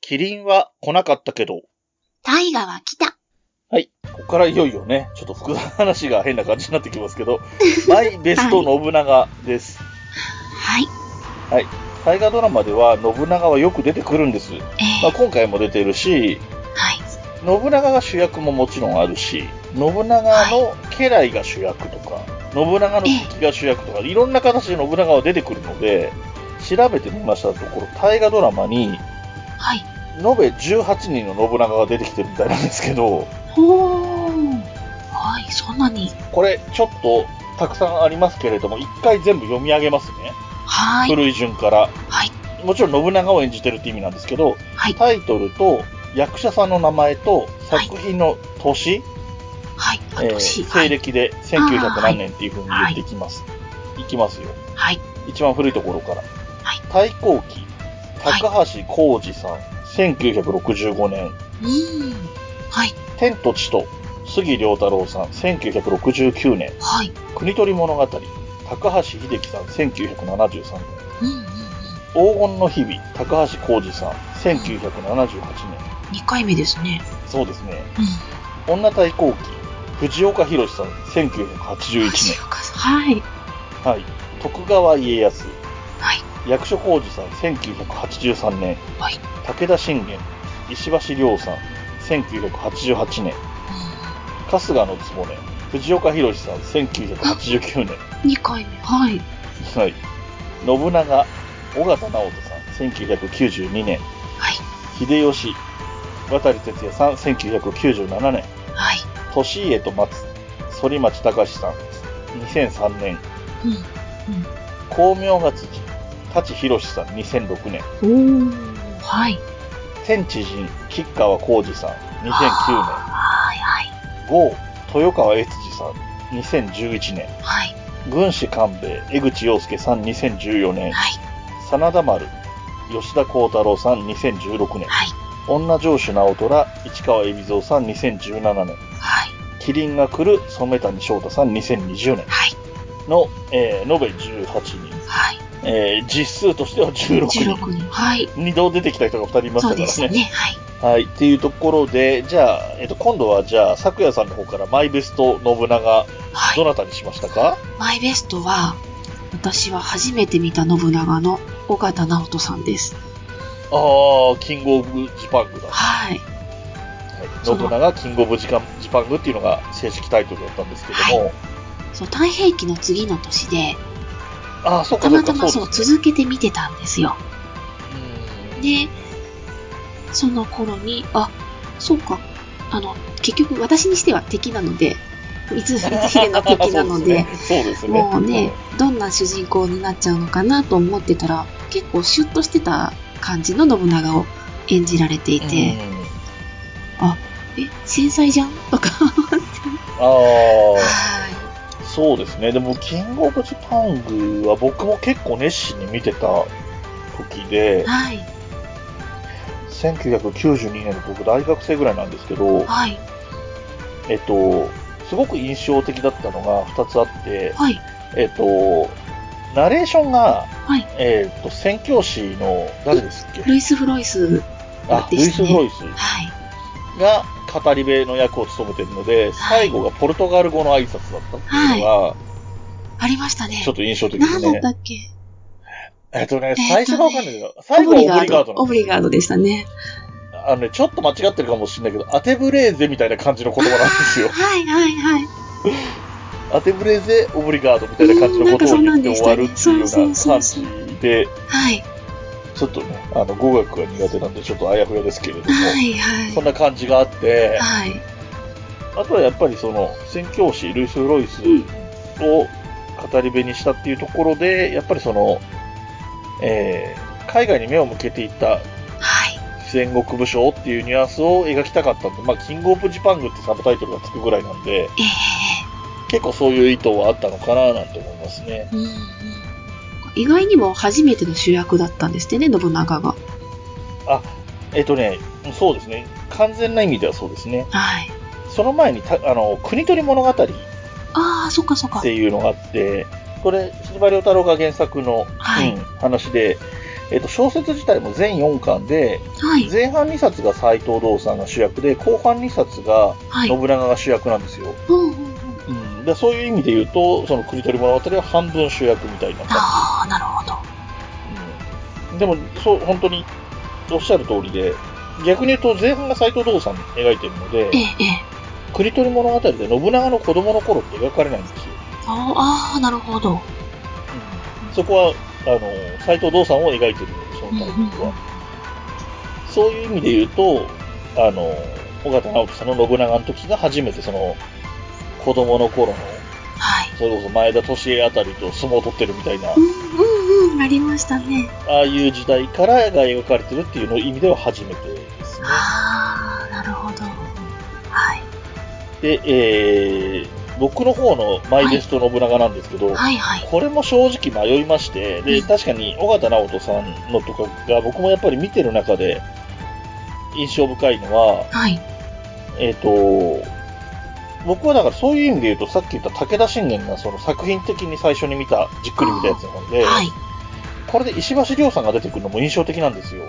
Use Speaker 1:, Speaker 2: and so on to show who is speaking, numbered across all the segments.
Speaker 1: キリンは来なかったけど、
Speaker 2: 大河は来た。
Speaker 1: はい。ここからいよいよね、ちょっと複雑な話が変な感じになってきますけど、マイベスト信長です。
Speaker 2: はい。
Speaker 1: はい。大河ドラマでは信長はよく出てくるんです。
Speaker 2: え
Speaker 1: まあ、
Speaker 2: ー、
Speaker 1: 今回も出てるし、
Speaker 2: はい。
Speaker 1: 信長が主役ももちろんあるし、信長の家来が主役とか、信長の敵が主役とか、いろんな形で信長は出てくるので、調べてみましたところ、大河ドラマに、
Speaker 2: はい。
Speaker 1: 延べ18人の信長が出てきてるみたいなんですけど、
Speaker 2: ほー。はい、そんなに。
Speaker 1: これちょっとたくさんありますけれども、一回全部読み上げますね。
Speaker 2: はい。
Speaker 1: 古い順から。
Speaker 2: はい。
Speaker 1: もちろん信長を演じてるって意味なんですけど、
Speaker 2: はい。
Speaker 1: タイトルと役者さんの名前と
Speaker 2: はい
Speaker 1: 作品の年、
Speaker 2: はい。あ
Speaker 1: えー
Speaker 2: と、し、は
Speaker 1: 西
Speaker 2: い。
Speaker 1: 暦で
Speaker 2: あー
Speaker 1: 1900
Speaker 2: はい
Speaker 1: 何年っていう風に言っていきます。い、きますよ。
Speaker 2: はい。
Speaker 1: 一番古いところから。
Speaker 2: はい
Speaker 1: 太閤記、高橋浩二さん、1965年。
Speaker 2: うーん。はい。
Speaker 1: 天と地と、杉良太郎さん、1969年。
Speaker 2: はい。
Speaker 1: 国取り物語、高橋秀樹さん、1973年。
Speaker 2: うんうんうん。
Speaker 1: 黄金の日々、高橋浩二さん、1978年。
Speaker 2: 二回目ですね。
Speaker 1: そうですね。
Speaker 2: うん。
Speaker 1: 女対抗期、藤岡弘さん、1981年。
Speaker 2: 岡さん。はい。
Speaker 1: はい。徳川家康、
Speaker 2: はい。
Speaker 1: 役所広司さん、1983年。
Speaker 2: はい。
Speaker 1: 武田信玄、石橋亮さん、1988年。春日の局、藤岡弘さん、1989年。
Speaker 2: うん。二回目。はい。
Speaker 1: はい。信長、尾形直人さん、1992年。
Speaker 2: はい。
Speaker 1: 秀吉、渡哲也さん、1997年。
Speaker 2: はい。
Speaker 1: 利家と松、反町隆史さん、2003年。光明月寺、舘ひろしさん、2006年。
Speaker 2: うん。おー。はい。
Speaker 1: 天地人、吉川浩二さん、2009
Speaker 2: はい。はい。
Speaker 1: 年。豪、豊川悦司さん、2011年。
Speaker 2: はい。
Speaker 1: 軍師官兵衛、江口洋介さん、2014年。
Speaker 2: はい。
Speaker 1: 真田丸、吉田幸太郎さん、2016年。
Speaker 2: はい。
Speaker 1: 女城主直虎、市川海老蔵さん、2017年。
Speaker 2: はい。
Speaker 1: 麒麟が来る、染谷翔太さん、2020年
Speaker 2: はい。
Speaker 1: の、えー、延べ18人。
Speaker 2: はい。
Speaker 1: えー、実数としては16
Speaker 2: 十
Speaker 1: 人。
Speaker 2: 六人。はい。
Speaker 1: 二度出てきた人が2人いました
Speaker 2: そう
Speaker 1: か
Speaker 2: で
Speaker 1: ら
Speaker 2: す
Speaker 1: ね。
Speaker 2: ね。はい。
Speaker 1: はい。っていうところで、じゃあ、えっと、今度はじゃあ、咲夜さんの方からマイベスト信長、
Speaker 2: はい
Speaker 1: ど。なたにしましたか
Speaker 2: マイベストは、私は初めて見た信長の尾形直人さんです。
Speaker 1: ああ、キングオブジパングだ。は
Speaker 2: はい。
Speaker 1: い、
Speaker 2: そ
Speaker 1: 信
Speaker 2: の
Speaker 1: 長、キングオブジカジパングっていうのが正式タイトルだったんですけども、
Speaker 2: そう、太平記の次の年で、
Speaker 1: ああ、そうか、
Speaker 2: た
Speaker 1: そ
Speaker 2: ま
Speaker 1: う
Speaker 2: た
Speaker 1: か、
Speaker 2: ま
Speaker 1: そ
Speaker 2: そうう、
Speaker 1: ですね。
Speaker 2: 続けて見てたんですよ。
Speaker 1: うん
Speaker 2: で、その頃に、あ、そうか、あの、結局私にしては敵なので、光秀の敵なので、
Speaker 1: そうですね。
Speaker 2: もうね、どんな主人公になっちゃうのかなと思ってたら、結構シュッとしてた感じの信長を演じられてい
Speaker 1: うん、
Speaker 2: て、
Speaker 1: うん
Speaker 2: え、繊細じゃんとか思って。
Speaker 1: ああ、
Speaker 2: はい。
Speaker 1: そうですね。でも、キングオブジパングは僕も結構熱心に見てた時で、
Speaker 2: はい。
Speaker 1: 1992年の僕大学生ぐらいなんですけど、
Speaker 2: はい。
Speaker 1: えっと、すごく印象的だったのが2つあって、
Speaker 2: はい。
Speaker 1: えっと、ナレーションが、
Speaker 2: はい
Speaker 1: えっと、宣教師の誰ですっけ
Speaker 2: ルイス・フロイス。
Speaker 1: あ、
Speaker 2: で
Speaker 1: ルイ
Speaker 2: す
Speaker 1: ス・
Speaker 2: ね
Speaker 1: フロイス
Speaker 2: はい。
Speaker 1: が語り部の役を務めてるので、最後がポルトガル語の挨拶だったっていうのが、
Speaker 2: ありましたね
Speaker 1: ちょ。っと印象的
Speaker 2: 何
Speaker 1: で
Speaker 2: だっ
Speaker 1: ね
Speaker 2: た。っけ
Speaker 1: えっとね、
Speaker 2: とね
Speaker 1: 最初がわかんないけど、最後はオブリガードな
Speaker 2: オ
Speaker 1: ん
Speaker 2: ブ
Speaker 1: です
Speaker 2: リガードでしたね。
Speaker 1: あのね、ちょっと間違ってるかもしれないけど、アテブレーゼみたいな感じの言葉なんです よ。
Speaker 2: はいはいはい。
Speaker 1: アテブレーゼ・オブリガードみたいな感じのことを言って終わるっていうよう
Speaker 2: うんなんかそんなんで
Speaker 1: な
Speaker 2: したね
Speaker 1: 感
Speaker 2: そうそう
Speaker 1: じで、
Speaker 2: はい。
Speaker 1: ちょっとね、あの語学が苦手なんで、ちょっとあやふやですけれども、
Speaker 2: はいは
Speaker 1: そん
Speaker 2: い。
Speaker 1: な感じがあって、
Speaker 2: はい。
Speaker 1: あとはやっぱりその、宣教師、ルイス・フロイス
Speaker 2: うん
Speaker 1: を語り部にしたっていうところで、やっぱりその、えー海外に目を向けていった
Speaker 2: はい。
Speaker 1: 戦国武将っていうニュアンスを描きたかったんで、まあ、キングオブジパングってサブタイトルがつくぐらいなんで、
Speaker 2: え
Speaker 1: 結構そういう意図はあったのかななんて思いますね。
Speaker 2: えうんうん。意外にも初めての主役だったんですってね、信長が。
Speaker 1: あ、えっ、とね、そうですね。完全な意味ではそうですね。
Speaker 2: はい。
Speaker 1: その前にた、あの、国取り物語っ
Speaker 2: ああ、そっかそっか。
Speaker 1: ていうのがあって、これ、司馬遼太郎が原作の、
Speaker 2: はい
Speaker 1: うん話で、えっと、小説自体も全4巻で、
Speaker 2: はい。
Speaker 1: 前半2冊が斎藤道さんが主役で、後半2冊が
Speaker 2: はい。
Speaker 1: 信長が主役なんですよ。
Speaker 2: うんうんうん
Speaker 1: うん、でそういう意味で言うと、その国取物語は半分主役みたいな感
Speaker 2: ああ、なるほど。
Speaker 1: じ。うん、でも、そう、本当におっしゃる通りで、逆に言うと前半が斎藤道さん描いてるので
Speaker 2: え、え、ええ。
Speaker 1: 国取物語で信長の子供の頃って描かれないんですよ。
Speaker 2: あーあー、なるほど。
Speaker 1: そこは、あの、斎藤道さんを描いてる存在僕は。そういう意味で言うと、あの、尾形直人さんの信長の時が初めてその、子供の頃の、
Speaker 2: はい。
Speaker 1: それこそ前田利家あたりと相撲を取ってるみたいな
Speaker 2: う、んうんうん、ありましたね。
Speaker 1: ああいう時代からが描かれてるっていうの意味では初めてですね。
Speaker 2: ああ、なるほど。はい。
Speaker 1: で、えー、僕の方のマイベスト信長なんですけど、
Speaker 2: はいはい。
Speaker 1: これも正直迷いまして、で、
Speaker 2: うん
Speaker 1: 確かに尾形直人さんのとかが僕もやっぱり見てる中で印象深いのは、
Speaker 2: はい。
Speaker 1: えっ、と、僕はだからそういう意味で言うと、さっき言った武田信玄がその作品的に最初に見た、じっくり見たやつなんで、
Speaker 2: はい。
Speaker 1: これで石橋亮さんが出てくるのも印象的なんですよ。
Speaker 2: ええ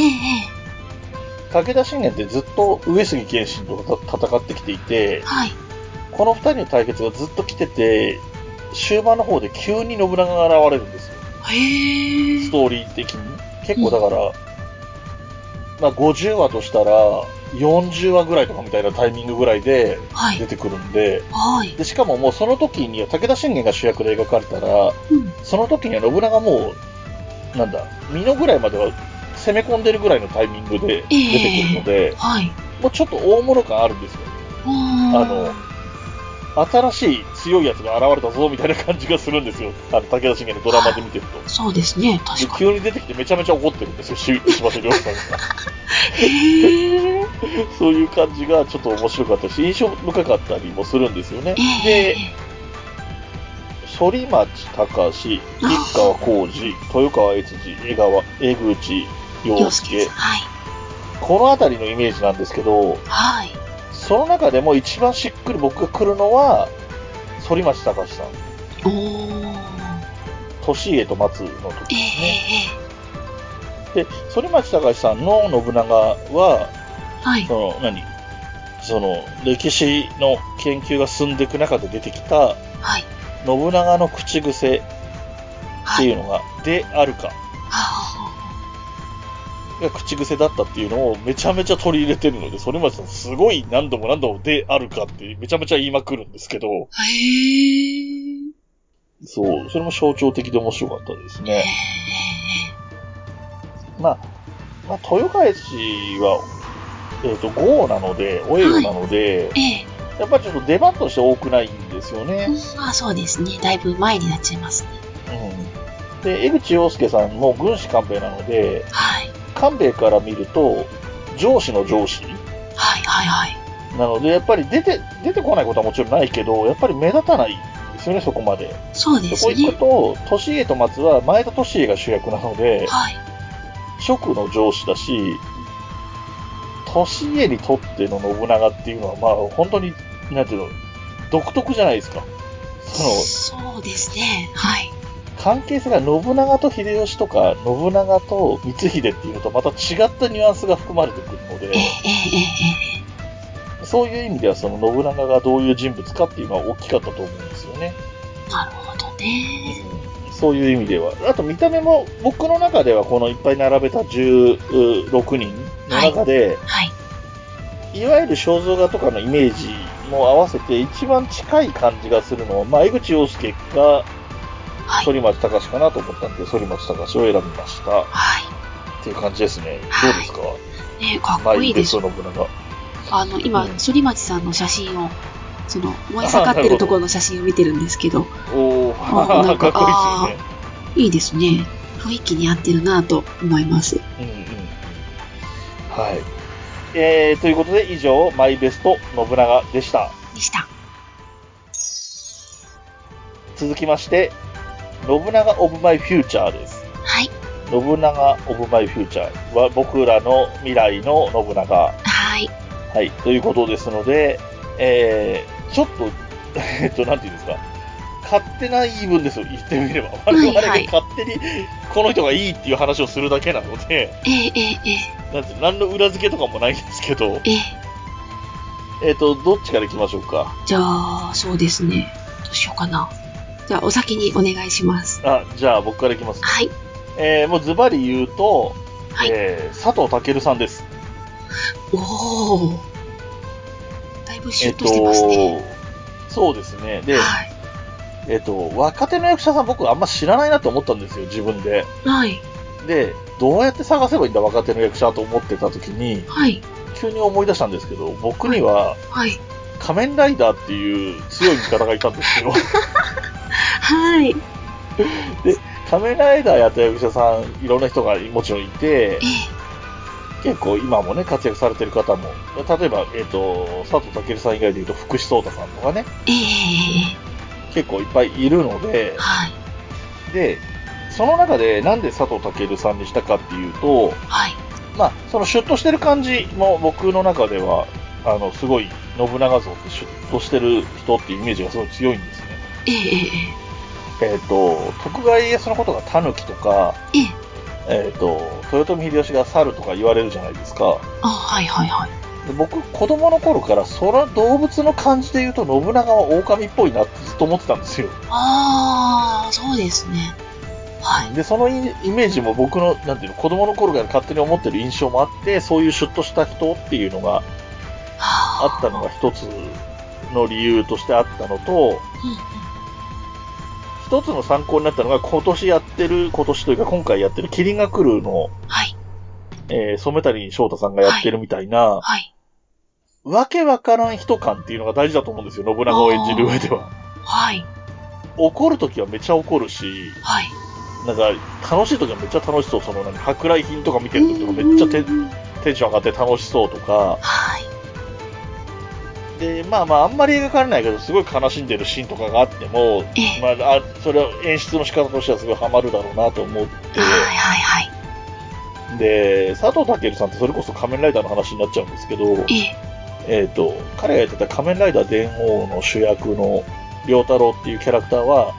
Speaker 2: ええ
Speaker 1: 武田信玄ってずっと上杉謙信と戦ってきていて
Speaker 2: ええ、はい。
Speaker 1: この二人の対決がずっと来てて、終盤の方で急に信長が現れるんですよ。
Speaker 2: へえ
Speaker 1: ス。トーリー的に。結構だから、まあ50話としたら40話ぐらいとかみたいなタイミングぐらいで
Speaker 2: は
Speaker 1: 出
Speaker 2: い。
Speaker 1: てくるんで、
Speaker 2: はい。
Speaker 1: でしかももうその時には武田信玄が主役で描かれたら、
Speaker 2: うん。
Speaker 1: その時には信長もう、なんだ、美濃ぐらいまでは攻め込んでるぐらいのタイミングで出てくるので、
Speaker 2: はい。
Speaker 1: もうちょっと大物感あるんですよ。
Speaker 2: あ
Speaker 1: あの新しい強いやつが現れたぞみたいな感じがするんですよ。あの武田信玄のドラマで見てると。
Speaker 2: そうですね、
Speaker 1: で
Speaker 2: 確 か
Speaker 1: 急に出てきてめちゃめちゃ怒ってるんですよ、し柴田亮さん が。
Speaker 2: に。へえ。
Speaker 1: そういう感じがちょっと面白かったし、印象深かったりもするんですよね。で、反町隆史、吉川浩二、豊川悦司、江川、江口
Speaker 2: 洋
Speaker 1: 洋
Speaker 2: 介
Speaker 1: 介
Speaker 2: さん。、はい。
Speaker 1: この辺りのイメージなんですけど、
Speaker 2: はい。
Speaker 1: その中でも一番しっくり僕が来るのは、反町隆史さん、
Speaker 2: おー。
Speaker 1: 年家と松の時
Speaker 2: ええ
Speaker 1: ですね。
Speaker 2: ええ
Speaker 1: で、反町隆史さんの信長は、
Speaker 2: はい。
Speaker 1: その、何その、歴史の研究が進んでいく中で出てきた、
Speaker 2: はい。
Speaker 1: 信長の口癖っ
Speaker 2: は
Speaker 1: て
Speaker 2: い。
Speaker 1: いうのが、であるか
Speaker 2: あ
Speaker 1: が口癖だったっていうのをめちゃめちゃ取り入れてるので、反町さんすごい何度も何度もであるかってめちゃめちゃ言いまくるんですけど、
Speaker 2: ーへえ。
Speaker 1: そう、それも象徴的で面白かったです
Speaker 2: ええ
Speaker 1: ね。まあ、まあ、豊川市は、えっ、と、豪なので、お栄誉なので、
Speaker 2: ええ。
Speaker 1: やっぱりちょっと出番として多くないんですよね。
Speaker 2: うんまあそうですね。だいぶ前になっちゃいますね。
Speaker 1: うんで江口洋介さんも軍師官兵衛なので
Speaker 2: はい。
Speaker 1: 官兵衛から見ると上司の上司
Speaker 2: はいはいはい。
Speaker 1: なのでやっぱり出て出てこないことはもちろんないけどやっぱり目立たないですよねそこまで
Speaker 2: そうで
Speaker 1: そ
Speaker 2: す
Speaker 1: こ行
Speaker 2: ね
Speaker 1: く。と利家と松は前田利家が主役なので
Speaker 2: はい。
Speaker 1: 職の上司だし利家にとっての信長っていうのはまあ本当になんていうの独特じゃないですかその
Speaker 2: そうですね。はい。
Speaker 1: 関係性が信長と秀吉とか信長と光秀っていうのとまた違ったニュアンスが含まれてくるので
Speaker 2: えええええええ
Speaker 1: そういう意味ではその信長がどういう人物かっていうのは大きかったと思うんですよね、
Speaker 2: えなるほどね。
Speaker 1: そういう意味ではあと見た目も僕の中ではこのいっぱい並べた16人の中で、
Speaker 2: はい。
Speaker 1: い、わゆる肖像画とかのイメージも合わせて一番近い感じがするのは、まあ、江口洋介か
Speaker 2: はい。
Speaker 1: 反町隆史かなと思ったんで反町隆史を選びました
Speaker 2: は
Speaker 1: っていう感じですねど
Speaker 2: はいう
Speaker 1: ですか、
Speaker 2: い。ねかっ
Speaker 1: ま
Speaker 2: こ
Speaker 1: あ、い
Speaker 2: い
Speaker 1: い
Speaker 2: いで
Speaker 1: ですす
Speaker 2: よ。
Speaker 1: よ、信長。
Speaker 2: あの、今、
Speaker 1: うん
Speaker 2: 反町さんの写真を、その、燃え盛ってるところの写真を見てるんですけど、
Speaker 1: おお、
Speaker 2: あな ん
Speaker 1: か
Speaker 2: か
Speaker 1: っこいいで
Speaker 2: いいですね。雰囲気に合ってるなと思います。
Speaker 1: すよね。うんうん。はい。えー、ということで、以上、マイベスト信長でした。
Speaker 2: でした。
Speaker 1: 続きまして、信長オブマイフューチャーです。
Speaker 2: はい。
Speaker 1: 信長オブマイフューチャーは僕らの未来の信長。
Speaker 2: はい。
Speaker 1: はい。 ということですので、えー、ちょっと、えっと、なんていうんですか、勝手な言い分ですよ、言ってみれば。
Speaker 2: い
Speaker 1: 我
Speaker 2: はい
Speaker 1: 々が勝手にこの人がいいっていう話をするだけなので、
Speaker 2: ええええ
Speaker 1: なんて何の裏付けとかもないんですけど、
Speaker 2: ええ
Speaker 1: えっ、と、どっちから行きましょうか。
Speaker 2: じゃあ、そうですね。どうしようかな。じゃあ、お先にお願いします。
Speaker 1: あ、じゃあ僕から行きます。
Speaker 2: はい。
Speaker 1: えー、もうズバリ言うと、
Speaker 2: はい
Speaker 1: えー佐藤健さんです。
Speaker 2: おお。だいぶシ
Speaker 1: え
Speaker 2: ュ
Speaker 1: っ
Speaker 2: ッとしてますね。
Speaker 1: そうですね。で、
Speaker 2: はい。
Speaker 1: えっ、と、若手の役者さん僕あんま知らないなと思ったんですよ、自分で。
Speaker 2: はい。
Speaker 1: で、どうやって探せばいいんだ、若手の役者と思ってた時に、
Speaker 2: はい。
Speaker 1: 急に思い出したんですけど、僕には
Speaker 2: はい。
Speaker 1: 仮面ライダーっていう強い味方がいたんですよ。
Speaker 2: はい。
Speaker 1: 仮面ライダーやった役者さん、いろんな人がもちろんいて
Speaker 2: え、
Speaker 1: 結構今もね、活躍されてる方も、例えば、えっ、と、佐藤健さん以外で言うと、福士蒼汰さんとかね、
Speaker 2: えええ
Speaker 1: 結構いっぱいいるので
Speaker 2: え、はい。
Speaker 1: で、その中でなんで佐藤健さんにしたかっていうと、
Speaker 2: はい。
Speaker 1: まあ、そのシュッとしてる感じも僕の中では、あの、すごい、信長像ってシュッとしてる人っていうイメージがすごい強いんですね。
Speaker 2: えええ
Speaker 1: えっ、と、徳川家康のことが狸とか、
Speaker 2: えええ
Speaker 1: えっ、と、豊臣秀吉が猿とか言われるじゃないですか。
Speaker 2: あ、はいはいはい。
Speaker 1: で僕、子供の頃から、その動物の感じで言うと、信長は狼っぽいなってずっと思ってたんですよ。
Speaker 2: ああ、そうですね。はい。
Speaker 1: で、そのイイメージも僕の、なんていうの、子供の頃から勝手に思ってる印象もあって、そういうシュッとした人っていうのがあ
Speaker 2: あ
Speaker 1: ったのが一つの理由としてあったのと、一つの参考になったのが、今年やってる、今年というか今回やってる、キリンが来るの、
Speaker 2: はい。
Speaker 1: えー、染谷翔太さんがやってるみたいな、
Speaker 2: はい。
Speaker 1: わけわからん人感っていうのが大事だと思うんですよ、信長を演じる上では。
Speaker 2: はい。
Speaker 1: 怒るときはめちゃ怒るし、
Speaker 2: はい。
Speaker 1: なんか、楽しいときはめっちゃ楽しそう、その、何、舶来品とか見てるときとかめっちゃテン
Speaker 2: うん
Speaker 1: テンション上がって楽しそうとか、
Speaker 2: はい。
Speaker 1: で、まあまあ、あんまり描かれないけど、すごい悲しんでるシーンとかがあっても、
Speaker 2: ええ
Speaker 1: まあ、あそれは演出の仕方としてはすごいハマるだろうなと思っ
Speaker 2: はいはいはい。
Speaker 1: て、で、佐藤健さんってそれこそ仮面ライダーの話になっちゃうんですけど、
Speaker 2: ええ
Speaker 1: えっ、と、彼がやってた仮面ライダー伝王の主役の良太郎っていうキャラクターは、
Speaker 2: はい。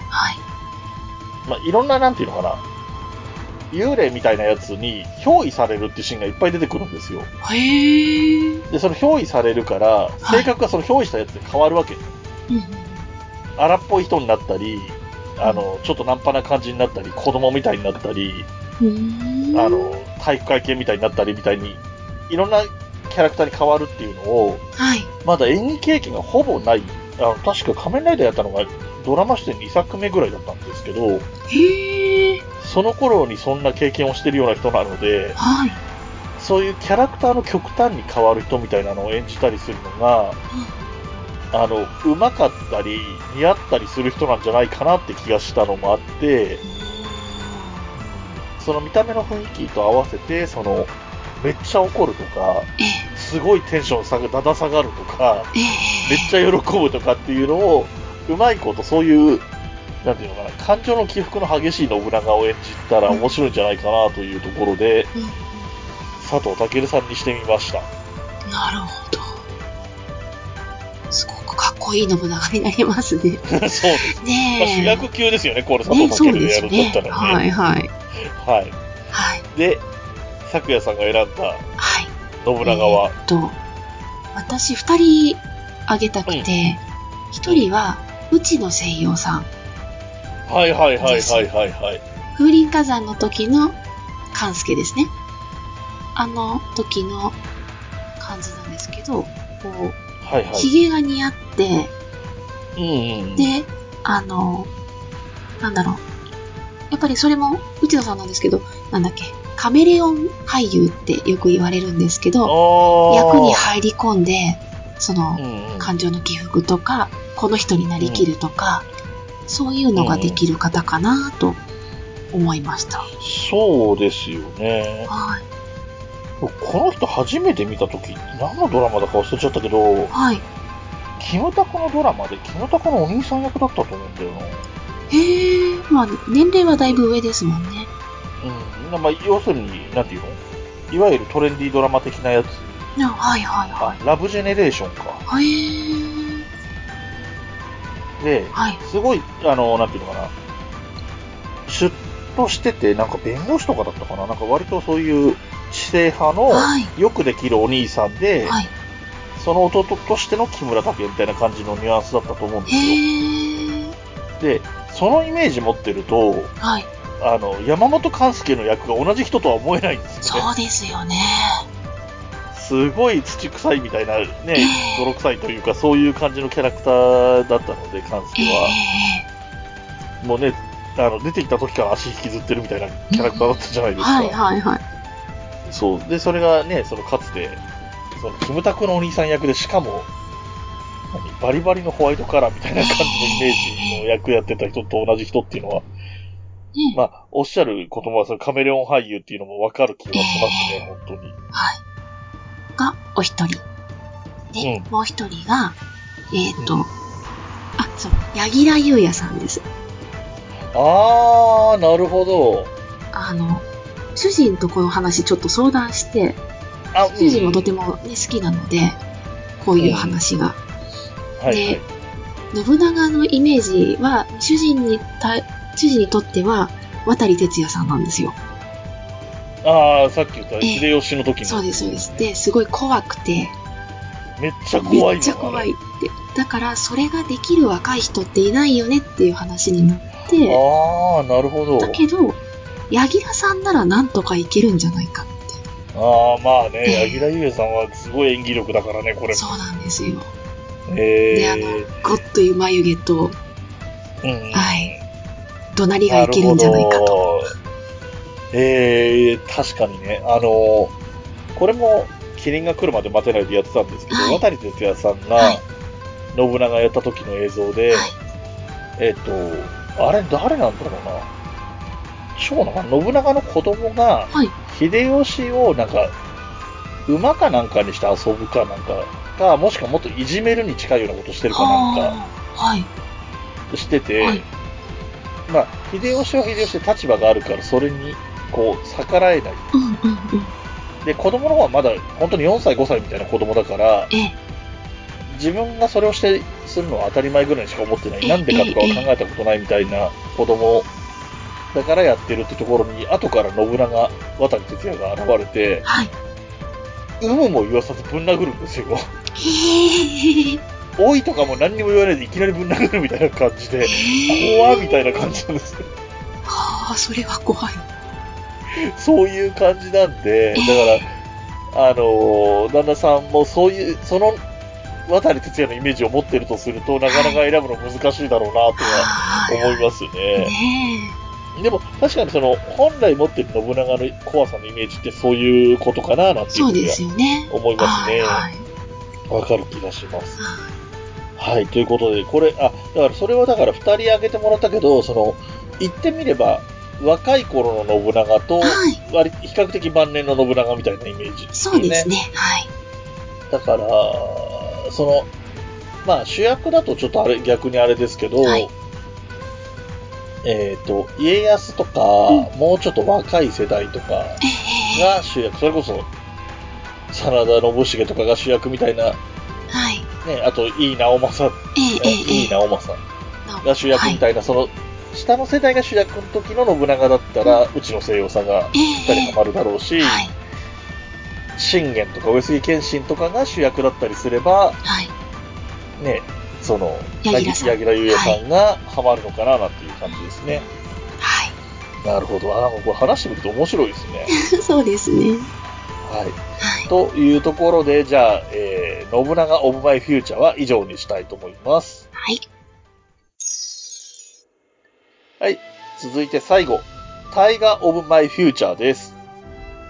Speaker 1: まあ、いろんな、なんていうのかな、幽霊みたいなやつに憑依されるっていうシーンがいっぱい出てくるんですよ。
Speaker 2: へえ。
Speaker 1: で、その憑依されるから、
Speaker 2: はい
Speaker 1: 性格がその憑依したやつで変わるわけ。
Speaker 2: うんうん。
Speaker 1: 荒っぽい人になったり、あの、ちょっとナンパな感じになったり、子供みたいになったり、
Speaker 2: うん
Speaker 1: あの、体育会系みたいになったりみたいに、いろんなキャラクターに変わるっていうのを、
Speaker 2: はい。
Speaker 1: まだ演技経験がほぼない。あの、確か仮面ライダーやったのが、ドラマ出演2作目ぐらいだったんですけど、
Speaker 2: へえ。
Speaker 1: その頃にそんな経験をしてるような人なので、
Speaker 2: はい。
Speaker 1: そういうキャラクターの極端に変わる人みたいなのを演じたりするのが、あの、うまかったり、似合ったりする人なんじゃないかなって気がしたのもあって、その見た目の雰囲気と合わせて、その、めっちゃ怒るとか、
Speaker 2: ええ
Speaker 1: すごいテンション下が、だだ下がるとか、
Speaker 2: ええ
Speaker 1: めっちゃ喜ぶとかっていうのを、うまいことそういう、なんていうのかな、感情の起伏の激しい信長を演じたら面白いんじゃないかなというところで、
Speaker 2: うん
Speaker 1: 佐藤健さんにしてみました。
Speaker 2: うんなるほど。すごくかっこいい信長になりますね。
Speaker 1: そうです。まあ、主
Speaker 2: ねえ。
Speaker 1: 役級ですよね、これ佐
Speaker 2: ね
Speaker 1: 藤
Speaker 2: そう
Speaker 1: 健
Speaker 2: で
Speaker 1: でや
Speaker 2: す
Speaker 1: るんだ
Speaker 2: ね
Speaker 1: った。ら
Speaker 2: は
Speaker 1: ね。
Speaker 2: いはい。
Speaker 1: はい。
Speaker 2: はい。
Speaker 1: で、咲夜さんが選んだ
Speaker 2: はい。
Speaker 1: 信長は、
Speaker 2: えーっと、私二人あげたくて、一、人は、うちの西洋さん。
Speaker 1: はいはいはいはいはいはい。
Speaker 2: 風林火山の時の勘介ですね。あの時の感じなんですけど、こ、
Speaker 1: はいうは
Speaker 2: ひげが似合って、
Speaker 1: い。うんうん。
Speaker 2: で、あの、なんだろう。やっぱりそれも、内野さんなんですけど、なんだっけ、カメレオン俳優ってよく言われるんですけ
Speaker 1: あ
Speaker 2: ど、
Speaker 1: ー
Speaker 2: 役に入り込んで、その、
Speaker 1: うんうん
Speaker 2: 感情の起伏とか、この人になりきるとか、そういうのができる方かなと思いました。
Speaker 1: そうですよね。
Speaker 2: はい。
Speaker 1: この人初めて見たとき、何のドラマだか忘れちゃったけど、
Speaker 2: はい。
Speaker 1: キムタクのドラマで、キムタクのお兄さん役だったと思うんだよな。
Speaker 2: へえ、まあ、年齢はだいぶ上ですもんね。
Speaker 1: うん。まあ、要するに、なんていうのいわゆるトレンディードラマ的なやつ。
Speaker 2: なはいはい
Speaker 1: あ
Speaker 2: は、
Speaker 1: ラブジェネレーションか。
Speaker 2: い。へえ、
Speaker 1: で、
Speaker 2: はい
Speaker 1: すごい、あの、なんていうのかな、シュッとしてて、なんか弁護士とかだったかな、なんか割とそういう知性派の
Speaker 2: はい
Speaker 1: よくできるお兄さんで、
Speaker 2: はい。
Speaker 1: その弟としての木村拓哉みたいな感じのニュアンスだったと思うんですよ。
Speaker 2: へえ。
Speaker 1: で、そのイメージ持ってると、
Speaker 2: はい。
Speaker 1: あの、山本勘介の役が同じ人とは思えないんですよね。
Speaker 2: そうですよね。
Speaker 1: すごい土臭いみたいな、ね、
Speaker 2: え
Speaker 1: 泥臭いというか、そういう感じのキャラクターだったので、勘
Speaker 2: え
Speaker 1: 介
Speaker 2: え
Speaker 1: は。もうね、あの出てきた時から足引きずってるみたいなキャラクターだったじゃないですか。
Speaker 2: はいはいはい。
Speaker 1: そう。で、それがね、そのかつて、そのキムタクのお兄さん役で、しかも、何バリバリのホワイトカラーみたいな感じのイメージの役やってた人と同じ人っていうのは、
Speaker 2: ね
Speaker 1: まあ、おっしゃる言葉はそのカメレオン俳優っていうのもわかる気がしますね、本当に。
Speaker 2: はい。が、お一人。で、
Speaker 1: う
Speaker 2: もう一人が、えっ、ー、と、
Speaker 1: うん
Speaker 2: あ、そう、柳楽優弥さんです。
Speaker 1: あー、なるほど。
Speaker 2: あの、主人とこの話ちょっと相談して、
Speaker 1: あ、
Speaker 2: 主人もとても、ね、好きなので、こういう話が。
Speaker 1: はい、はい
Speaker 2: で信長のイメージは、主人にた、主人にとっては、渡哲也さんなんですよ。
Speaker 1: あー、さっき言った
Speaker 2: ええ
Speaker 1: 秀吉の時
Speaker 2: そう
Speaker 1: の、
Speaker 2: です、そうです。で、すごい怖くて、
Speaker 1: めっちゃ怖いの
Speaker 2: めっちゃ怖いって。だから、それができる若い人っていないよねっていう話になって、
Speaker 1: あー、なるほど。
Speaker 2: だけど、柳楽さんならなんとかいけるんじゃないかっ
Speaker 1: ああ、まあ
Speaker 2: え
Speaker 1: ね、
Speaker 2: え
Speaker 1: 柳楽優弥さんはすごい演技力だからね、これ
Speaker 2: て。。そうなんですよ。
Speaker 1: え
Speaker 2: で、あの、ゴッという眉毛と、
Speaker 1: うん
Speaker 2: はい怒鳴りがいけるんじゃないか
Speaker 1: なる
Speaker 2: と。
Speaker 1: ほどええ確かにね、あの、これも、キリンが来るまで待てないでやってたんですけど、
Speaker 2: はい
Speaker 1: 渡哲也さん
Speaker 2: はい
Speaker 1: が、信長やった時の映像で、
Speaker 2: はい
Speaker 1: えっ、と、あれ、誰なんだろうな。長男かな信長の子供が、
Speaker 2: はい。
Speaker 1: 秀吉をなんか馬かなんかにして遊ぶかなんかかもしくはもっといじめるに近いようなことしてるかなんか
Speaker 2: はあはい。
Speaker 1: してて、
Speaker 2: はい
Speaker 1: まあ秀吉は秀吉で立場があるからそれにこう逆らえない
Speaker 2: うんうんうん。
Speaker 1: で子供の方はまだ本当に4歳5歳みたいな子供だから
Speaker 2: ええ、
Speaker 1: 自分がそれをしてするのは当たり前ぐらいにしか思ってな
Speaker 2: え
Speaker 1: い
Speaker 2: え
Speaker 1: なんでかとかは考えたことないみたいな子供だからやってるってところに後から信長渡哲也が現れて
Speaker 2: はい。
Speaker 1: 有無も言わさずぶん殴るんですよ
Speaker 2: へえ。
Speaker 1: 多いとかも何にも言わないでいきなりぶん殴るみたいな感じで、
Speaker 2: へえ
Speaker 1: 怖っみたいな感じなんですよ。
Speaker 2: はあ、それは怖い。
Speaker 1: そういう感じなんで、だから、あのー旦那さんもそういう、その、渡哲也のイメージを持ってるとすると、なかなか選ぶの難しいだろうな、とは
Speaker 2: はい。
Speaker 1: 思いますね。
Speaker 2: ね
Speaker 1: でも、確かにその、本来持ってる信長の怖さのイメージってそういうことかな、なん
Speaker 2: え。
Speaker 1: ていう
Speaker 2: そう
Speaker 1: ふう
Speaker 2: で
Speaker 1: には
Speaker 2: すよね。
Speaker 1: 思います
Speaker 2: はい
Speaker 1: ね。
Speaker 2: はい。
Speaker 1: わかる気がします。
Speaker 2: は
Speaker 1: はい、ということで、これ、あ、だからそれはだから2人挙げてもらったけど、その、言ってみれば、若い頃の信長と、
Speaker 2: はい
Speaker 1: 割比較的晩年の信長みたいなイメージ、
Speaker 2: いそうです。ね。はい。
Speaker 1: だから、その、まあ主役だとちょっとあれ、逆にあれですけど、
Speaker 2: はい
Speaker 1: えっ、と、家康とか、もうちょっと若い世代とか
Speaker 2: ええ
Speaker 1: が主役、それこそ、真田信繁とかが主役みたいな、
Speaker 2: はい。
Speaker 1: ね、あと、いい直政、
Speaker 2: ええええ
Speaker 1: いい
Speaker 2: ええ。
Speaker 1: 直政。
Speaker 2: な
Speaker 1: が主役み
Speaker 2: は
Speaker 1: たいな、その下の世代が主役の時の信長だったら、うちの西洋さんが
Speaker 2: い
Speaker 1: ぴった
Speaker 2: え
Speaker 1: りハマるだろうし、
Speaker 2: え。はい。
Speaker 1: 信玄とか上杉謙信とかが主役だったりすれば、
Speaker 2: はい。
Speaker 1: ね、その、
Speaker 2: 柳楽さん
Speaker 1: 柳楽優弥さんがハマるのかななんていう感じですね。
Speaker 2: はい。
Speaker 1: なるほど。あ、なんかこれ話してみると面白いですね。
Speaker 2: そうですね。
Speaker 1: はい。
Speaker 2: はい。
Speaker 1: というところで、じゃあ、えー、信長オブマイフューチャーは以上にしたいと思います。
Speaker 2: はい。
Speaker 1: はい。続いて最後、大河オブマイフューチャーです。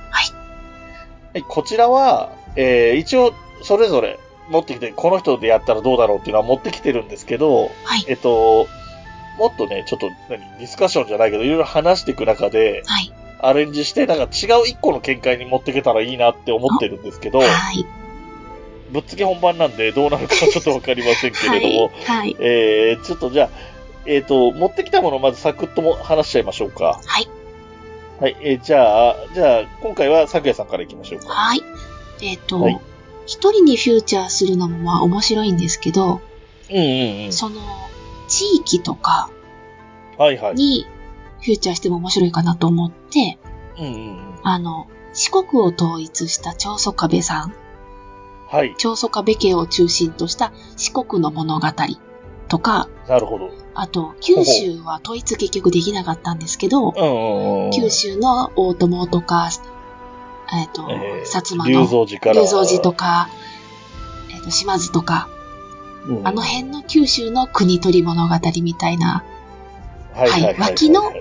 Speaker 2: はい。
Speaker 1: はい、こちらは、えー一応、それぞれ持ってきて、この人でやったらどうだろうっていうのは持ってきてるんですけど、
Speaker 2: はい。
Speaker 1: えっと、もっとね、ちょっと、何、ディスカッションじゃないけど、いろいろ話していく中で、
Speaker 2: はい。
Speaker 1: アレンジして、なんか違う一個の見解に持っていけたらいいなって思ってるんですけど、
Speaker 2: はい。
Speaker 1: ぶっつけ本番なんでどうなるかはちょっとわかりませんけれども、
Speaker 2: はい。
Speaker 1: えー、ちょっとじゃあ、えっ、と、持ってきたものをまずサクッとも話しちゃいましょうか。
Speaker 2: はい。
Speaker 1: はい、えーじゃあ、じゃあ、今回は咲夜さんからいきましょうか。
Speaker 2: はい。えっ、と、一、
Speaker 1: はい
Speaker 2: 人にフューチャーするのもまあ面白いんですけど、
Speaker 1: うんうんうん。
Speaker 2: その、地域とか
Speaker 1: はいはい。
Speaker 2: にフューチャーしても面白いかなと思って、
Speaker 1: うんうんうん。
Speaker 2: あの、四国を統一した長宗我部さん、
Speaker 1: はい。
Speaker 2: 長宗我部家を中心とした四国の物語とか、
Speaker 1: なるほど。
Speaker 2: あと、九州は統一結局できなかったんですけど、
Speaker 1: うんうんうん。
Speaker 2: 九州の大友とか、えっ、と、
Speaker 1: えー
Speaker 2: 薩摩
Speaker 1: 龍
Speaker 2: の
Speaker 1: 造寺から。
Speaker 2: 龍造寺とか、えっ、と、島津とか、
Speaker 1: うん、
Speaker 2: あの辺の九州の国取り物語みたいな
Speaker 1: はいはいはいはい、
Speaker 2: はい脇の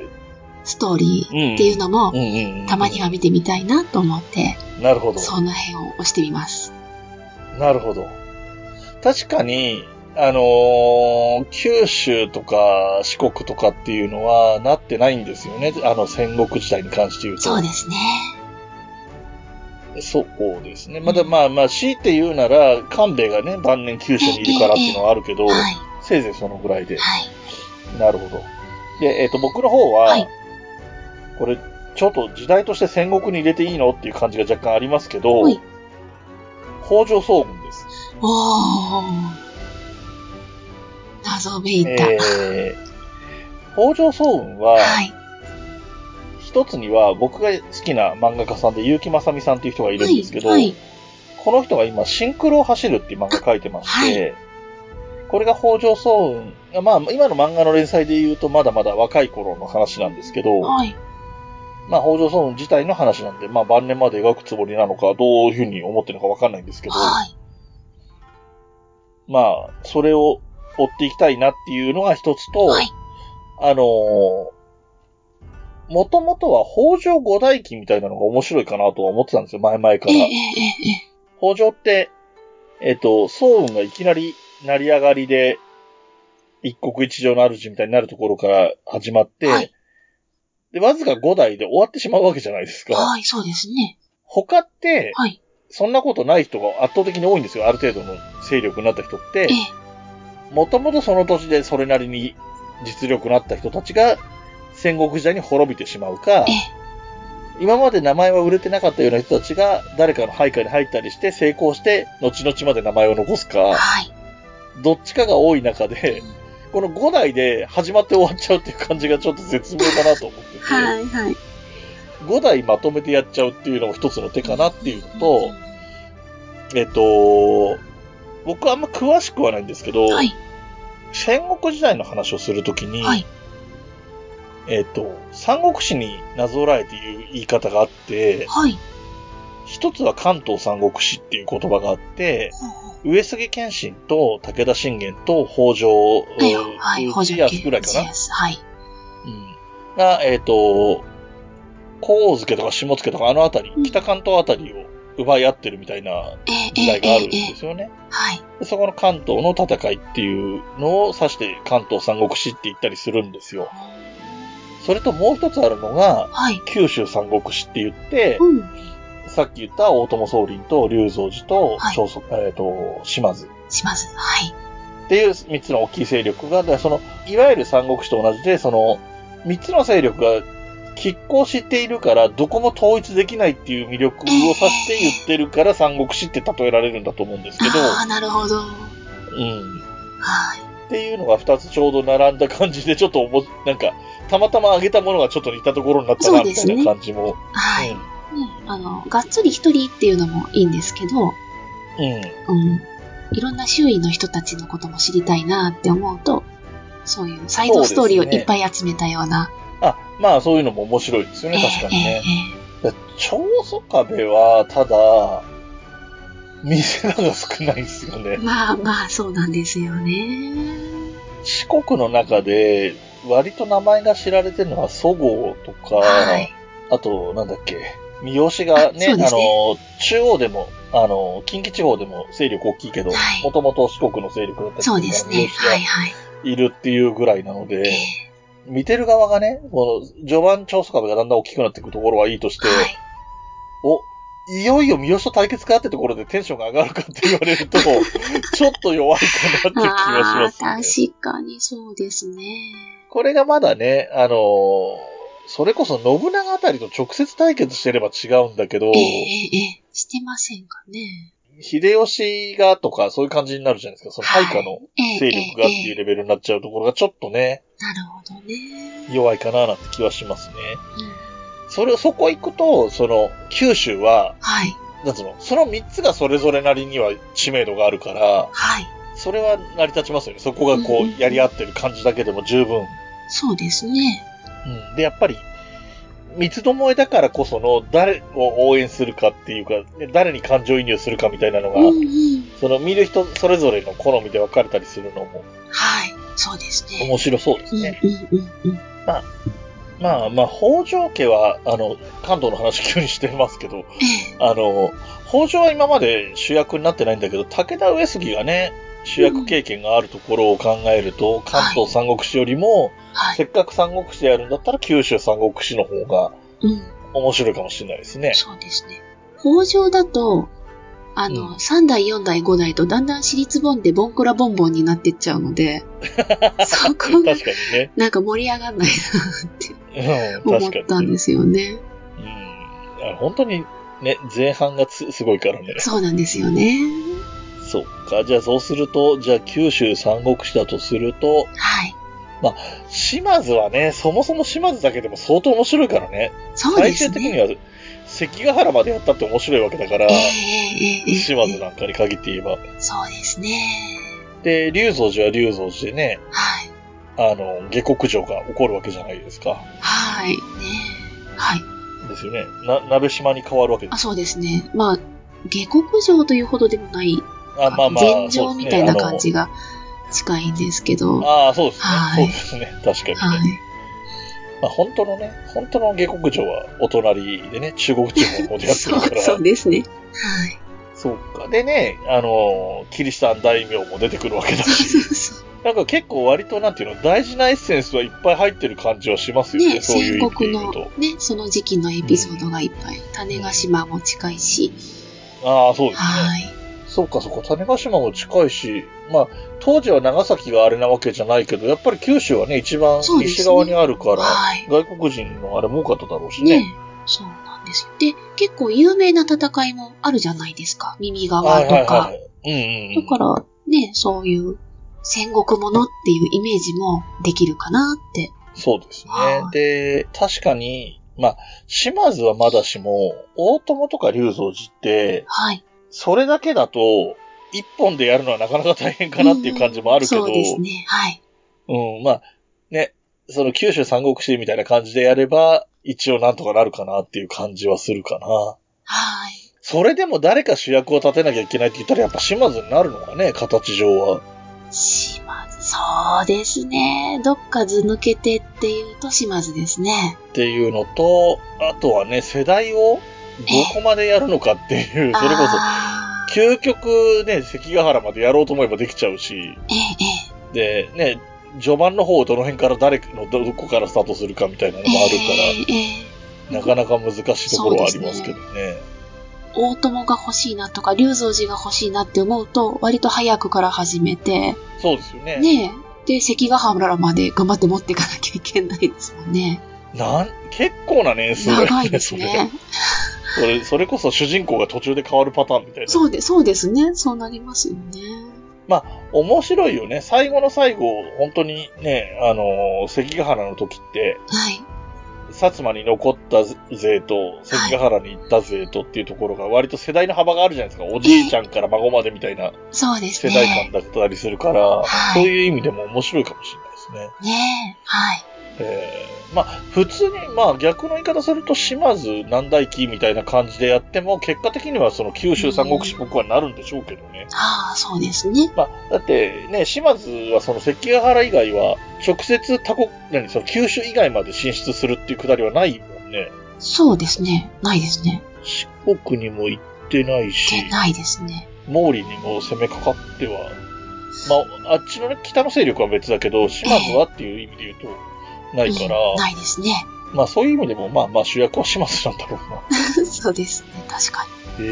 Speaker 2: ストーリーっていうのも、
Speaker 1: うんうん、
Speaker 2: たまには見てみたいなと思って、
Speaker 1: なるほど。
Speaker 2: その辺を押してみます。
Speaker 1: なるほど。確かに、あのー九州とか四国とかっていうのはなってないんですよね。あの戦国時代に関して言うと。
Speaker 2: そうですね。
Speaker 1: そうですね。まだまあまあ、強いて言うなら、官兵衛がね、晩年九州にいるからっていうのはあるけど、
Speaker 2: はい。
Speaker 1: せいぜいそのぐらいで。
Speaker 2: はい。
Speaker 1: なるほど。で、えっ、と、僕の方は、
Speaker 2: はい
Speaker 1: これ、ちょっと時代として戦国に入れていいのっていう感じが若干ありますけど、
Speaker 2: はい
Speaker 1: 北条総軍です。
Speaker 2: おー。謎めいた。
Speaker 1: えー、北条早雲は、
Speaker 2: はい。
Speaker 1: 一つには僕が好きな漫画家さんで結城正美さんっていう人がいるんですけど、
Speaker 2: はい。
Speaker 1: この人が今、シンクロを走るっていう漫画書いてまして、これが北条早雲、まあ今の漫画の連載で言うとまだまだ若い頃の話なんですけど、
Speaker 2: はい。
Speaker 1: まあ北条早雲自体の話なんで、まあ晩年まで描くつもりなのか、どういうふうに思ってるのかわかんないんですけど、
Speaker 2: はい。
Speaker 1: まあそれを追っていきたいなっていうのが一つと、
Speaker 2: はい。
Speaker 1: あのー、もともとは北条五代記みたいなのが面白いかなとは思ってたんですよ、前々か
Speaker 2: えええ
Speaker 1: ら
Speaker 2: え。ええ
Speaker 1: 北条って、えっ、と、宗雲がいきなり成り上がりで、一国一城の主みたいになるところから始まって、
Speaker 2: はい
Speaker 1: で、わずか5代で終わってしまうわけじゃないですか。
Speaker 2: はい、そうですね。
Speaker 1: 他って、
Speaker 2: はい。
Speaker 1: そんなことない人が圧倒的に多いんですよ、ある程度の勢力になった人って
Speaker 2: ええ。
Speaker 1: もともとその年でそれなりに実力のあった人たちが戦国時代に滅びてしまうか
Speaker 2: え、
Speaker 1: 今まで名前は売れてなかったような人たちが誰かの配下に入ったりして成功して後々まで名前を残す
Speaker 2: え。
Speaker 1: か、
Speaker 2: はい。
Speaker 1: どっちかが多い中で、この5代で始まって終わっちゃうっていう感じがちょっと絶妙かなと思ってて、
Speaker 2: はい、はい。
Speaker 1: 5代まとめてやっちゃうっていうのも一つの手かなっていうのと、えっと、僕はあんま詳しくはないんですけど、
Speaker 2: はい。
Speaker 1: 戦国時代の話をするときに、
Speaker 2: はい
Speaker 1: えっ、と、三国志になぞらえていう言い方があって、
Speaker 2: はい。
Speaker 1: 一つは関東三国志っていう言葉があって、
Speaker 2: ほうほう
Speaker 1: 上杉謙信と武田信玄と北条、
Speaker 2: ええはい。補助
Speaker 1: 家康ぐらいかな、
Speaker 2: はい。
Speaker 1: うん、が、えっ、と、甲付けとか下付けとかあのあたり、
Speaker 2: うん
Speaker 1: 北関東あたりを奪い合ってるみたいな
Speaker 2: ええ
Speaker 1: 時
Speaker 2: え
Speaker 1: 代
Speaker 2: え
Speaker 1: があるん
Speaker 2: え
Speaker 1: で
Speaker 2: え。
Speaker 1: すよね。
Speaker 2: はい。
Speaker 1: でそこの関東の戦いっていうのを指して関東三国志って言ったりするんですよ。それともう一つあるのが、
Speaker 2: はい。
Speaker 1: 九州三国志って言って、
Speaker 2: うん。
Speaker 1: さっき言った大友宗麟と龍造寺と
Speaker 2: はい
Speaker 1: 長宗、えっ、と、島津
Speaker 2: します。はい。
Speaker 1: っていう三つの大きい勢力が、だからその、いわゆる三国志と同じで、その、三つの勢力が拮抗しているから、どこも統一できないっていう魅力を指して言ってるから、三国志って例えられるんだと思うんですけど、
Speaker 2: ああ、なるほど。は
Speaker 1: うん。
Speaker 2: い。
Speaker 1: っていうのが二つちょうど並んだ感じで、ちょっとおも、なんか、たまたま上げたものがちょっと似たところになった
Speaker 2: そ
Speaker 1: な、
Speaker 2: うで
Speaker 1: みた
Speaker 2: す
Speaker 1: い
Speaker 2: ね
Speaker 1: な感じも。
Speaker 2: はい。ねあの、がっつり一人っていうのもいいんですけど、
Speaker 1: うん。うん。
Speaker 2: うん。いろんな周囲の人たちのことも知りたいなって思うと、そういうサイドストーリーをいっぱい集めたような。
Speaker 1: あ、まあそういうのも面白いですよ
Speaker 2: え
Speaker 1: ね、確かに
Speaker 2: え
Speaker 1: ね。長宗我部は、ただ、見せ場が少ないんですよ
Speaker 2: ええ
Speaker 1: ね。
Speaker 2: まあまあ、そうなんですよね。
Speaker 1: 四国の中で、割と名前が知られてるのは、そごうとか、
Speaker 2: はい。
Speaker 1: あと、なんだっけ、三好がね、
Speaker 2: あそうで
Speaker 1: あ
Speaker 2: すね
Speaker 1: の、中央でも、あの、近畿地方でも勢力大きいけど
Speaker 2: はい、
Speaker 1: もともと四国の勢力だったり
Speaker 2: そうですね。はいはい。
Speaker 1: いるっていうぐらいなの
Speaker 2: え
Speaker 1: で、
Speaker 2: え
Speaker 1: 見てる側がね、この序盤長宗我部がだんだん大きくなっていくところはいいとして、
Speaker 2: はい。
Speaker 1: お、いよいよ三好と対決かってところでテンションが上がるかって言われる と、ちょっと弱いかなって気がし
Speaker 2: あ
Speaker 1: ま
Speaker 2: あ、
Speaker 1: す、ね。
Speaker 2: 確かにそうですね。
Speaker 1: これがまだね、あのーそれこそ信長あたりと直接対決してれば違うんだけど
Speaker 2: ええ、ええええしてませんかね。
Speaker 1: 秀吉がとかそういう感じになるじゃないですか。その配下の
Speaker 2: ええ
Speaker 1: 勢力がってい
Speaker 2: え
Speaker 1: う
Speaker 2: え
Speaker 1: レベルになっちゃうところがちょっとね、
Speaker 2: なるほどね。
Speaker 1: 弱いかななんて気はしますね。
Speaker 2: うん
Speaker 1: それ、そこ行くと、その、九州は、
Speaker 2: はい。
Speaker 1: なんつうの、その三つがそれぞれなりには知名度があるから、
Speaker 2: はい。
Speaker 1: それは成り立ちますよね。そこがこ
Speaker 2: うんうん
Speaker 1: う、やり合ってる感じだけでも十分。
Speaker 2: そうですね。
Speaker 1: うん。で、やっぱり、三つどもえだからこその、誰を応援するかっていうか、ね誰に感情移入するかみたいなのが、
Speaker 2: うんうん。
Speaker 1: その見る人それぞれの好みで分かれたりするのも
Speaker 2: はい。そうですね。
Speaker 1: 面白そうです
Speaker 2: うん
Speaker 1: ね。
Speaker 2: うんうんうん。
Speaker 1: まあまあ、北条家は、あの、関東の話急にしてますけど、
Speaker 2: ええ。
Speaker 1: あの、北条は今まで主役になってないんだけど、武田上杉がね、主役経験があるところを考えると、関東三国志よりも、
Speaker 2: は
Speaker 1: せ
Speaker 2: い。
Speaker 1: っかく三国志でやるんだったら九州三国志の方が
Speaker 2: うん。
Speaker 1: 面白いかもしれないですね。
Speaker 2: そうですね。北条だと、あの、
Speaker 1: うん
Speaker 2: 3代、4代、5代とだんだん尻つぼんでボンクラボンボンになってっちゃう ので、そこ
Speaker 1: 確か
Speaker 2: が
Speaker 1: にね。
Speaker 2: なんか盛り上がんない
Speaker 1: うん、
Speaker 2: な思っ
Speaker 1: 確
Speaker 2: た
Speaker 1: かに
Speaker 2: ん。ですよね。
Speaker 1: うんいや。本当にね、前半がつすごいからね。
Speaker 2: そうなんですよね。
Speaker 1: そうか。じゃあそうすると、じゃあ九州三国志だとすると、
Speaker 2: はい。
Speaker 1: 島津はね、そもそも島津だけでも相当面白いからね。
Speaker 2: そうで
Speaker 1: 最
Speaker 2: す
Speaker 1: 終
Speaker 2: ね。
Speaker 1: 的には関ヶ原までやったって面白いわけだから、
Speaker 2: ええええええええ
Speaker 1: 島津なんかに限って言えば。
Speaker 2: そうですね。
Speaker 1: で、龍蔵寺は龍蔵寺でね、
Speaker 2: はい。
Speaker 1: あの、下克上が起こるわけじゃないですか。
Speaker 2: はい。ねはい。
Speaker 1: ですよね。な、鍋島に変わるわけで
Speaker 2: あ、
Speaker 1: す。
Speaker 2: そうですね。まあ、下克上というほどでもない、
Speaker 1: あ、まあまあ、
Speaker 2: 現状みたいな感じ
Speaker 1: が。
Speaker 2: が近いんですけど、
Speaker 1: あ
Speaker 2: は
Speaker 1: のあー、そうですね。
Speaker 2: は
Speaker 1: そ
Speaker 2: い
Speaker 1: うですね。確かにね。
Speaker 2: い。
Speaker 1: まあ、本当のね、本当の下克上はお隣でね、中国地方の方でやってるから。
Speaker 2: そう、そうですね。
Speaker 1: そうか。でね、あのー、キリシタン大名も出てくるわけだ
Speaker 2: はい。 そう
Speaker 1: し、
Speaker 2: そうそう。
Speaker 1: なんか結構割となんていうの、大事なエッセンスはいっぱい入ってる感じはしますよね、
Speaker 2: ね、
Speaker 1: そういう意味
Speaker 2: 戦
Speaker 1: で
Speaker 2: 国
Speaker 1: 言う
Speaker 2: の
Speaker 1: と。
Speaker 2: ね、その時期のエピソードがいっぱい。種子島も近いし、
Speaker 1: ああ、そうですね。
Speaker 2: はい。
Speaker 1: そうか、そうか、種子島も近いし、まあ、当時は長崎があれなわけじゃないけど、やっぱり九州はね、一番
Speaker 2: そうですね
Speaker 1: 西側にあるから、
Speaker 2: はい。
Speaker 1: 外国人のあれも多かっただろうしね。
Speaker 2: ね、そうなんですよ。で、結構有名な戦いもあるじゃないですか。耳
Speaker 1: は
Speaker 2: 側
Speaker 1: い
Speaker 2: と
Speaker 1: はいは
Speaker 2: か。
Speaker 1: い。うんうんう
Speaker 2: だ
Speaker 1: ん。
Speaker 2: から、ね、そういう戦国ものっていうイメージもできるかなって。
Speaker 1: そうですね
Speaker 2: は。い
Speaker 1: で、確かに、まあ、島津はまだしも、大友とか龍蔵寺って、
Speaker 2: はい。
Speaker 1: それだけだと、一本でやるのはなかなか大変かなっていう感じもあるけど、
Speaker 2: そうですね。はい。
Speaker 1: うん、まあ、ね、その九州三国志みたいな感じでやれば、一応なんとかなるかなっていう感じはするかな。
Speaker 2: はい。
Speaker 1: それでも誰か主役を立てなきゃいけないって言ったら、やっぱ島津になるのかね、形上は。
Speaker 2: 島津。そうですね。どっかず抜けてっていうと島津ですね。
Speaker 1: っていうのと、あとはね、世代をどこまでやるのかっていう、それこそ、
Speaker 2: あー
Speaker 1: 究極ね、関ヶ原までやろうと思えばできちゃうし、
Speaker 2: ええ、え
Speaker 1: で、ね、序盤の方をどの辺から誰のどどこからスタートするかみたいなの
Speaker 2: え。
Speaker 1: もある
Speaker 2: ええええ
Speaker 1: から、なかなか難しいところはありますけどね。
Speaker 2: 大友が欲しいなとか、龍蔵寺が欲しいなって思うと、割と早くから始めて、
Speaker 1: そうですよね。
Speaker 2: ねえ、で、関ヶ原まで頑張って持っていかなきゃいけないですもんね。
Speaker 1: なん結構な年数だよ
Speaker 2: 長いですね。
Speaker 1: それそれ。それこそ主人公が途中で変わるパターンみたいな。
Speaker 2: そうで、そうですね。そうなりますよね。
Speaker 1: 面白いよね。最後の最後、本当にね、あのー関ヶ原の時って、
Speaker 2: はい。
Speaker 1: 薩摩に残った勢と関ヶ原に行った勢とっていうところが割と世代の幅があるじゃないですか。おじいちゃんから孫までみたいな
Speaker 2: そうです
Speaker 1: 世
Speaker 2: ね。
Speaker 1: 代間だったりするから、
Speaker 2: はい
Speaker 1: そういう意味でも面白いかもしれないですね。
Speaker 2: ねえ、はい。
Speaker 1: えーまあ、普通に、まあ、逆の言い方すると、島津南大記みたいな感じでやっても、結果的にはその九州三国志っぽくはなるんでしょうけどね。
Speaker 2: ああ、そうですね。
Speaker 1: まあ、だってね、島津はその関ヶ原以外は、直接他国、何、その九州以外まで進出するっていうくだりはないもんね。
Speaker 2: そうですね。ないですね。
Speaker 1: 四国にも行ってないし
Speaker 2: い、けないですね。
Speaker 1: 毛利にも攻めかかっては、まあ、あっちのね、北の勢力は別だけど、島津はっていう意味で言うと、ないから、
Speaker 2: うんないですね。
Speaker 1: まあそういう意味でも、まあまあ主役は島津なんだろうな。
Speaker 2: そうですね。確か に。
Speaker 1: え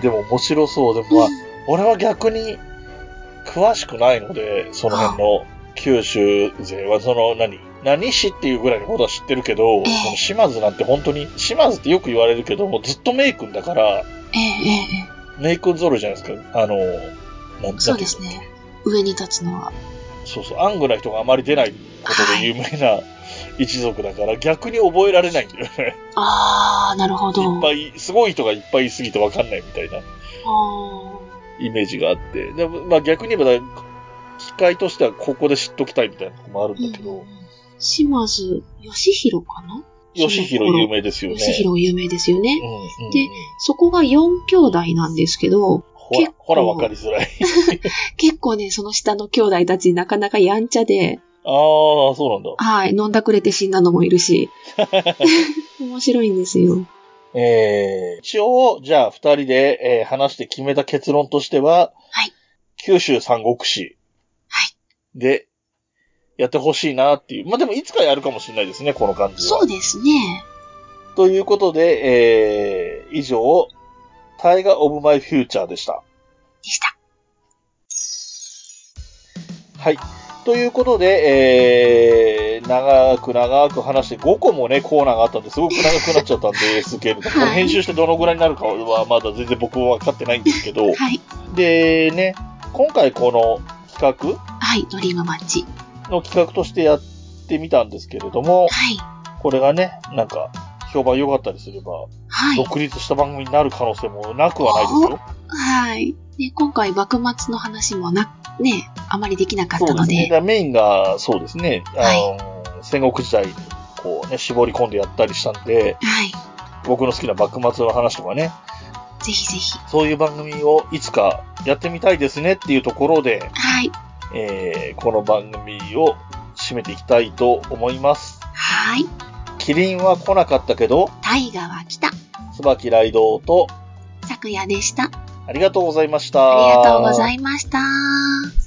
Speaker 1: えでも面白そう。でも、まあ
Speaker 2: うん、
Speaker 1: 俺は逆に詳しくないので、その辺の九州勢は、その何、何市っていうぐらいのことは知ってるけど、
Speaker 2: ええ
Speaker 1: その島津なんて本当に、島津ってよく言われるけど、もうずっと名君だから、
Speaker 2: ええええええ
Speaker 1: メイクゾロじゃないですか。あの、なん
Speaker 2: そ
Speaker 1: だ
Speaker 2: う
Speaker 1: け
Speaker 2: ですね。上に立つのは。
Speaker 1: そうそう、アングな人があまり出ないことで有名な一族だから、逆に覚えられないんだよね。
Speaker 2: あー、なるほど。
Speaker 1: いっぱい、すごい人がいっぱいいすぎてわかんないみたいな
Speaker 2: あ
Speaker 1: イメージがあって。でまあ逆に言えば、機会としてはここで知っときたいみたいなこともある
Speaker 2: ー
Speaker 1: んだけど、。
Speaker 2: 島津義弘かな
Speaker 1: 吉弘有名ですよね。
Speaker 2: 義弘有名ですよね。
Speaker 1: うんうんうん
Speaker 2: でそこが4兄弟なんですけど、
Speaker 1: ほら
Speaker 2: 結、構
Speaker 1: ほらわかりづらい。
Speaker 2: 結構ね、その下の兄弟たちなかなかやんちゃで、
Speaker 1: ああ、そうなんだ。
Speaker 2: はい、飲んだくれて死んだのもいるし。 面白いんですよ。
Speaker 1: えー、一応、じゃあ、二人で、えー話して決めた結論としては、
Speaker 2: はい
Speaker 1: 九州三国志。
Speaker 2: は
Speaker 1: で、やってほしいなっていう。まあ、でも、いつかやるかもしれないですね、この感じは。
Speaker 2: そうですね。
Speaker 1: ということで、えー、以上、タイガー・オブ・マイ・フューチャーでした。
Speaker 2: でした。
Speaker 1: はい。ということで、えー、長く長く話して、5個もね、コーナーがあったんで、すごく長くなっちゃったんですけれども、
Speaker 2: はい
Speaker 1: 編集してどのぐらいになるかは、まだ全然僕は分かってないんですけど、
Speaker 2: はい。
Speaker 1: でね、今回この企
Speaker 2: はい、ドリームマッチ。
Speaker 1: 画の企画としてやってみたんですけれども、
Speaker 2: はい。
Speaker 1: これがね、なんか、評判良かったりすれば、
Speaker 2: はい。
Speaker 1: 独立した番組になる可能性もなくはないですよ。
Speaker 2: はい。ね、今回幕末の話もな、ね、あまりできなかっ
Speaker 1: そ
Speaker 2: た
Speaker 1: うで
Speaker 2: の
Speaker 1: すね。だ
Speaker 2: で。
Speaker 1: からメインが、そうですね、あの、戦国時代に、こうね、絞り込んでやったりしたんで、
Speaker 2: はい。
Speaker 1: 僕の好きな幕末の話とかね、
Speaker 2: ぜひぜひ。
Speaker 1: そういう番組をいつかやってみたいですねっていうところで、
Speaker 2: はい。
Speaker 1: えーこの番組を締めていきたいと思います。
Speaker 2: はい。
Speaker 1: キリンは来なかったけど、
Speaker 2: タイガは来た。
Speaker 1: 椿雷道と
Speaker 2: 昨夜でした。
Speaker 1: ありがとうございました。
Speaker 2: ありがとうございました。